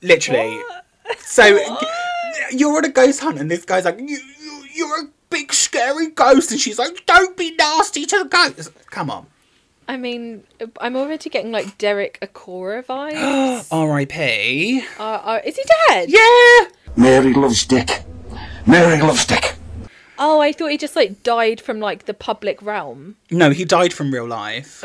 Literally. So you're on a ghost hunt, and this guy's like, you, you, You're a big scary ghost. And she's like, Don't be nasty to the ghost. Come on.
I mean, I'm already getting like Derek
[GASPS]
Akora vibes.
R.I.P.
uh, uh, is he dead?
Yeah.
Mary loves Dick. Mary loves Dick.
Oh, I thought he just like died from like the public realm.
No, he died from real
[LAUGHS]
life.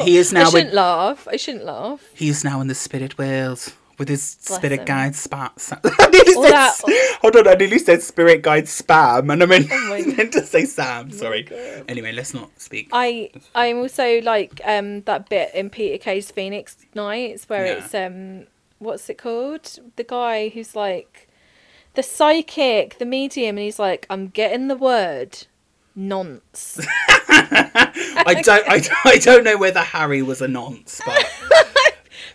he is
Oh I
now
shouldn't
in,
laugh. I shouldn't laugh.
he is now in the spirit world with his
him.
spirit guide spa. [LAUGHS] sa- I nearly
All
said,
that-
s- hold on, I nearly said spirit guide spam, and [LAUGHS] I meant,
my- Oh
meant to say Sam. Sorry. Anyway, let's not speak.
[LAUGHS] I I'm also like um that bit in Peter Kay's Phoenix Nights where
Yeah.
it's um what's it called? The guy who's like the psychic, the medium, and he's like, I'm getting the word
[LAUGHS]
nonce.
I don't. I, don't- I don't know whether Harry was a nonce, but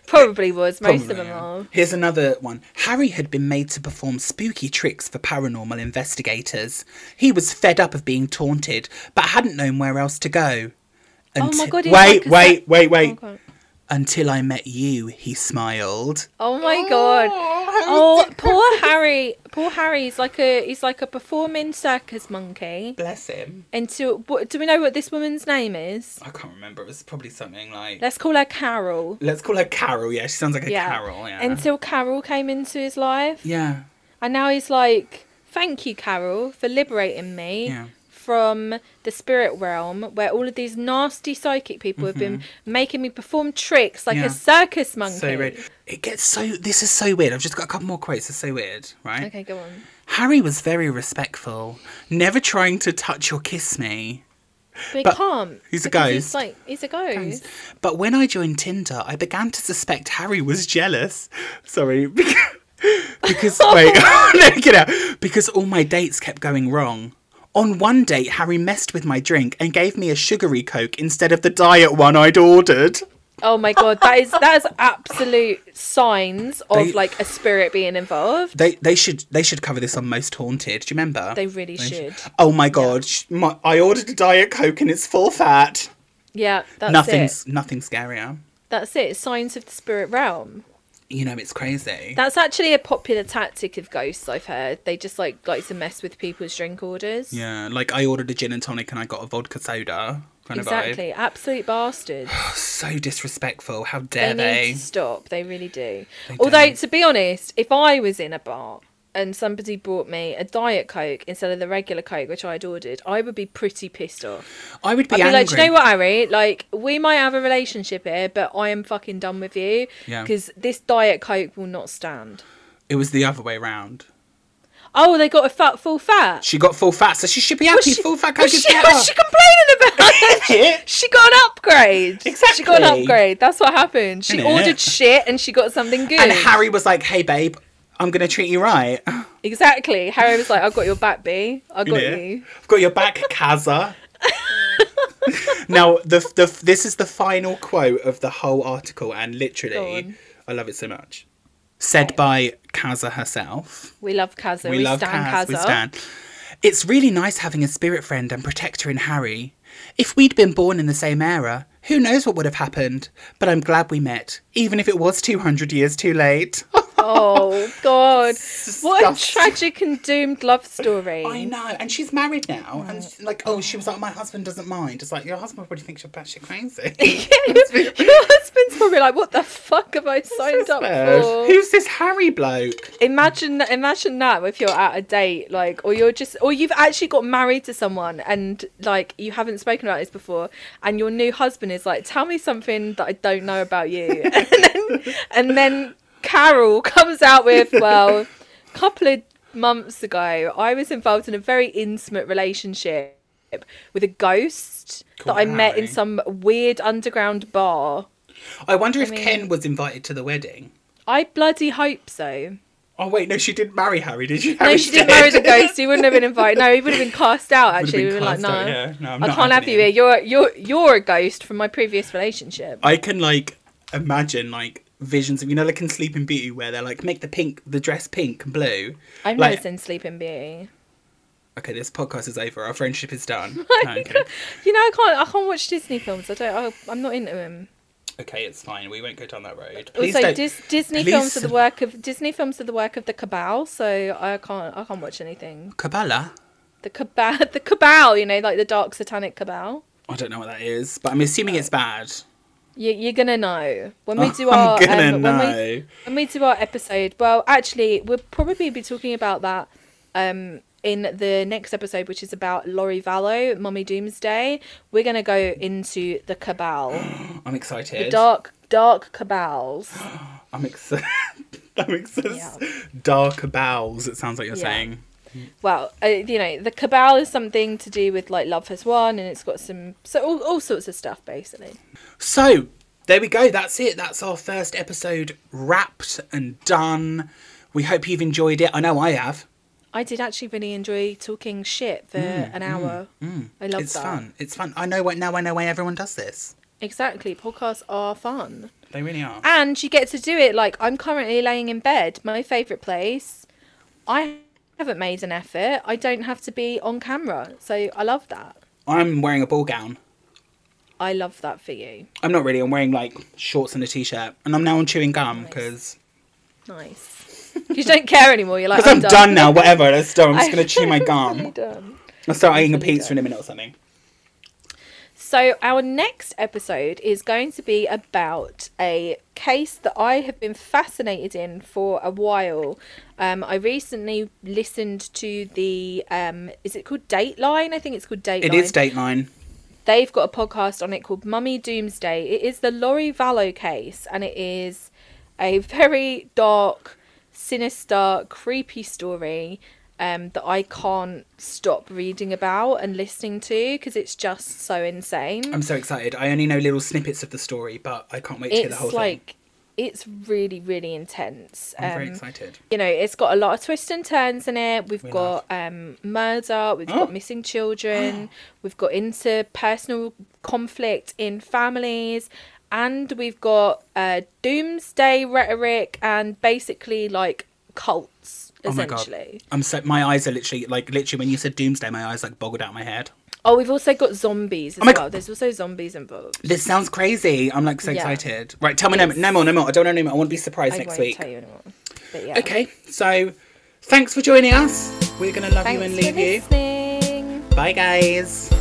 Probably was. Most of
Probably,
them
yeah.
are.
Here's another one. Harry had been made to perform spooky tricks for paranormal investigators. He was fed up of being taunted, but hadn't known where else to go.
Oh my
Unti-
God, he's
Wait,
like a
wait,
sa-
wait,
Oh,
wait!
God.
Until I met you, he smiled.
Oh my god. Oh,
[LAUGHS]
poor Harry. Poor Harry's like a he's like a performing circus monkey.
Bless him.
And so what do we know what this woman's name is?
I can't remember. It was probably something like.
Let's call her Carol.
Let's call her Carol. Yeah, she sounds like a Carol. Yeah.
Until Carol came into his life.
yeah.
And now he's like, Thank you, Carol, for liberating me
Yeah.
from the spirit realm where all of these nasty psychic people have been making me perform tricks like
Mm-hmm. Yeah.
a circus monkey.
So weird. It gets so. This is so weird. I've just got a couple more quotes. It's so weird, right?
Okay, go on.
Harry was very respectful, never trying to touch or kiss me.
But,
But
he can't.
he's a
because
ghost.
He's like he's a ghost.
But when I joined Tinder, I began to suspect Harry was jealous. Sorry. [LAUGHS] beca-
[LAUGHS]
Because, wait, [LAUGHS] no, get out. Because all my dates kept going wrong. On one date, Harry messed with my drink and gave me a sugary Coke instead of the diet one I'd ordered.
Oh my god, that is that is absolute signs of
They-
like a spirit being involved.
They they should they should cover this on Most Haunted. Do you remember?
They really should.
Oh my god! sh- My, I ordered a diet coke and it's full fat.
Yeah, that's it.
Nothing's nothing scarier.
That's it. Signs of the spirit realm.
You know it's crazy.
That's actually a popular tactic of ghosts. I've heard they just like like to mess with people's drink orders.
Yeah, like I ordered a gin and tonic and I got a vodka soda. Kind
exactly.
[SIGHS]
Absolute bastards.
of vibe. So disrespectful. How
they
dare
need
they?
to stop. They really do. Although to be honest, if I was in a bar and somebody brought me a diet coke instead of the regular coke which I'd ordered, I would be pretty pissed off.
I would be
I'd be
angry.
like, do you know what, Harry? Like, we might have a relationship here, but I am fucking done with you
Yeah.
because this diet coke will not stand.
It was the other way round.
Oh, they got a fat full fat.
She got full fat, so she should be happy.
Was she,
full fat coke
was
is
she, [LAUGHS]
better.
was she complaining
[LAUGHS]
about?
Shit.
She got an upgrade. She got an
Exactly.
upgrade. That's what happened. She
Innit?
ordered shit and she got something good.
and Harry was like, "Hey, babe, I'm gonna treat you
[LAUGHS]
right. I've
Exactly. Harry was like, I've got your back, B. I got you.
I've got your back,
[LAUGHS]
Kaza." now, the, the this is the final quote of the whole article, and
Go
literally,
on.
I love it so much. Said by Kaza herself.
We love Kazza.
We,
We,
love
stand
Kaz.
Kazza.
We stand. It's really nice having a spirit friend and protector in Harry. If we'd been born in the same era, who knows what would have happened? But I'm glad we met, even if it was 200 years too late.
Oh
[LAUGHS]
God! What a
Disgusting.
tragic and doomed love story.
[LAUGHS]
[LAUGHS]
I know, and she's married now, and s- like, oh, she was like, my husband doesn't mind. It's like your husband probably thinks you're batshit crazy. [LAUGHS]
Your husband's probably like, "What the fuck have
[LAUGHS]
I signed up for?"
Who's this Harry bloke?
Imagine, imagine that if you're at a date, like, or you're just, or you've actually got married to someone, and like you haven't spoken about this before, and your new husband is like, "Tell me something that I don't know about you," [LAUGHS] and then, and then Carol comes out with, "Well, a couple of months ago, I was involved in a very intimate relationship with a ghost that I
Called
met in
Harry.
some weird underground bar."
I wonder if Ken was invited to the wedding.
I bloody hope so.
Oh wait, no, she didn't marry Harry, did she?
No, she didn't marry the ghost. He wouldn't have been invited. No, he would have been cast out. Actually,
been
we would have been
cast out,
like, no,
yeah. No, I'm
I
not
can't have
having
you
it."
here. You're you're you're a ghost from my previous relationship.
I can like imagine like visions of you know like in Sleeping Beauty where they're like make the pink the dress pink and blue.
I've
like,
never seen Sleeping Beauty.
Okay, this podcast is over. Our friendship is
[LAUGHS]
done. No, I'm
Like,
kidding.
you know, I can't. I can't watch Disney films. I don't. I, I'm not into them.
okay, it's fine. We won't go down that road. Please
Also,
don't.
Dis- Disney
please-
films are the work of Disney films are the work of the cabal. So I can't. I can't watch anything.
Kabbalah.
The cabal. [LAUGHS] The cabal. You know, like the dark satanic cabal.
I don't know what that is, but I'm assuming it's bad.
You, you're gonna know
[LAUGHS]
when we do
I'm
our
gonna
um, When,
know.
we, when we do our episode. Well, actually, we'll probably be talking about that um, in the next episode, which is about Laurie Vallow, Mummy Doomsday. We're gonna go into
[GASPS]
the Cabal,
I'm excited.
dark dark Cabals.
I'm excited. [LAUGHS] I'm excited.
Yeah.
Dark bowels. It sounds like you're
Yeah.
saying.
Well, uh, you know, the Cabal is something to do with like Love Has Won, and it's got some so all, all sorts of stuff basically.
So there we go. That's it. That's our first episode wrapped and done. We hope you've enjoyed it. I know I have.
I did actually really enjoy talking shit for an hour. I love
Mm, it's
that.
fun. It's fun. I know what now. I know why everyone does this.
Exactly, podcasts are fun.
They really are.
and you get to do it like i'm currently laying in bed my favorite place i haven't made an effort i don't have to be on camera so i love that
I'm wearing a ball gown.
i love that for you
I'm not really. I'm wearing like shorts and a t-shirt, and I'm now on chewing gum because
[LAUGHS] nice you don't care anymore you're like
I'm done. now. Whatever. Let's done. I'm just
[LAUGHS]
gonna chew my
I'm
gum.
done.
I'll start eating a
fully
pizza in a minute or something.
so our next episode is going to be about a case that i have been fascinated in for a while um, i recently listened to the um, is it called dateline i think it's called dateline
It is Dateline.
they've got a podcast on it called Mummy Doomsday. It is the Laurie Vallow case, and it is a [LAUGHS] very dark, sinister, creepy story um, that I can't stop reading about and listening to because it's just so insane.
I'm so excited. I only know little snippets of the story, but I can't wait to hear the whole
it's
thing.
like it's really, really intense.
I'm very
Um,
excited.
you know, it's got a lot of twists and turns in it. We've
We Oh.
got um, murder, we've got
[GASPS]
missing children, we've got interpersonal conflict in families, and we've got uh, doomsday rhetoric and basically like cults,
Oh my god.
essentially.
I'm so my eyes are literally like literally when you said doomsday, my eyes like boggled out of my head.
Oh, we've also got zombies as
Oh my
well.
God.
There's also zombies involved.
This sounds crazy. I'm like so
Yeah.
excited. Right, tell me no, no more, no more. I don't know no more. I want to be surprised
I
next
won't
week.
tell you anymore. But yeah.
Okay, so thanks for joining us. We're gonna love you
Thanks
and
for
leave you.
listening.
Bye guys.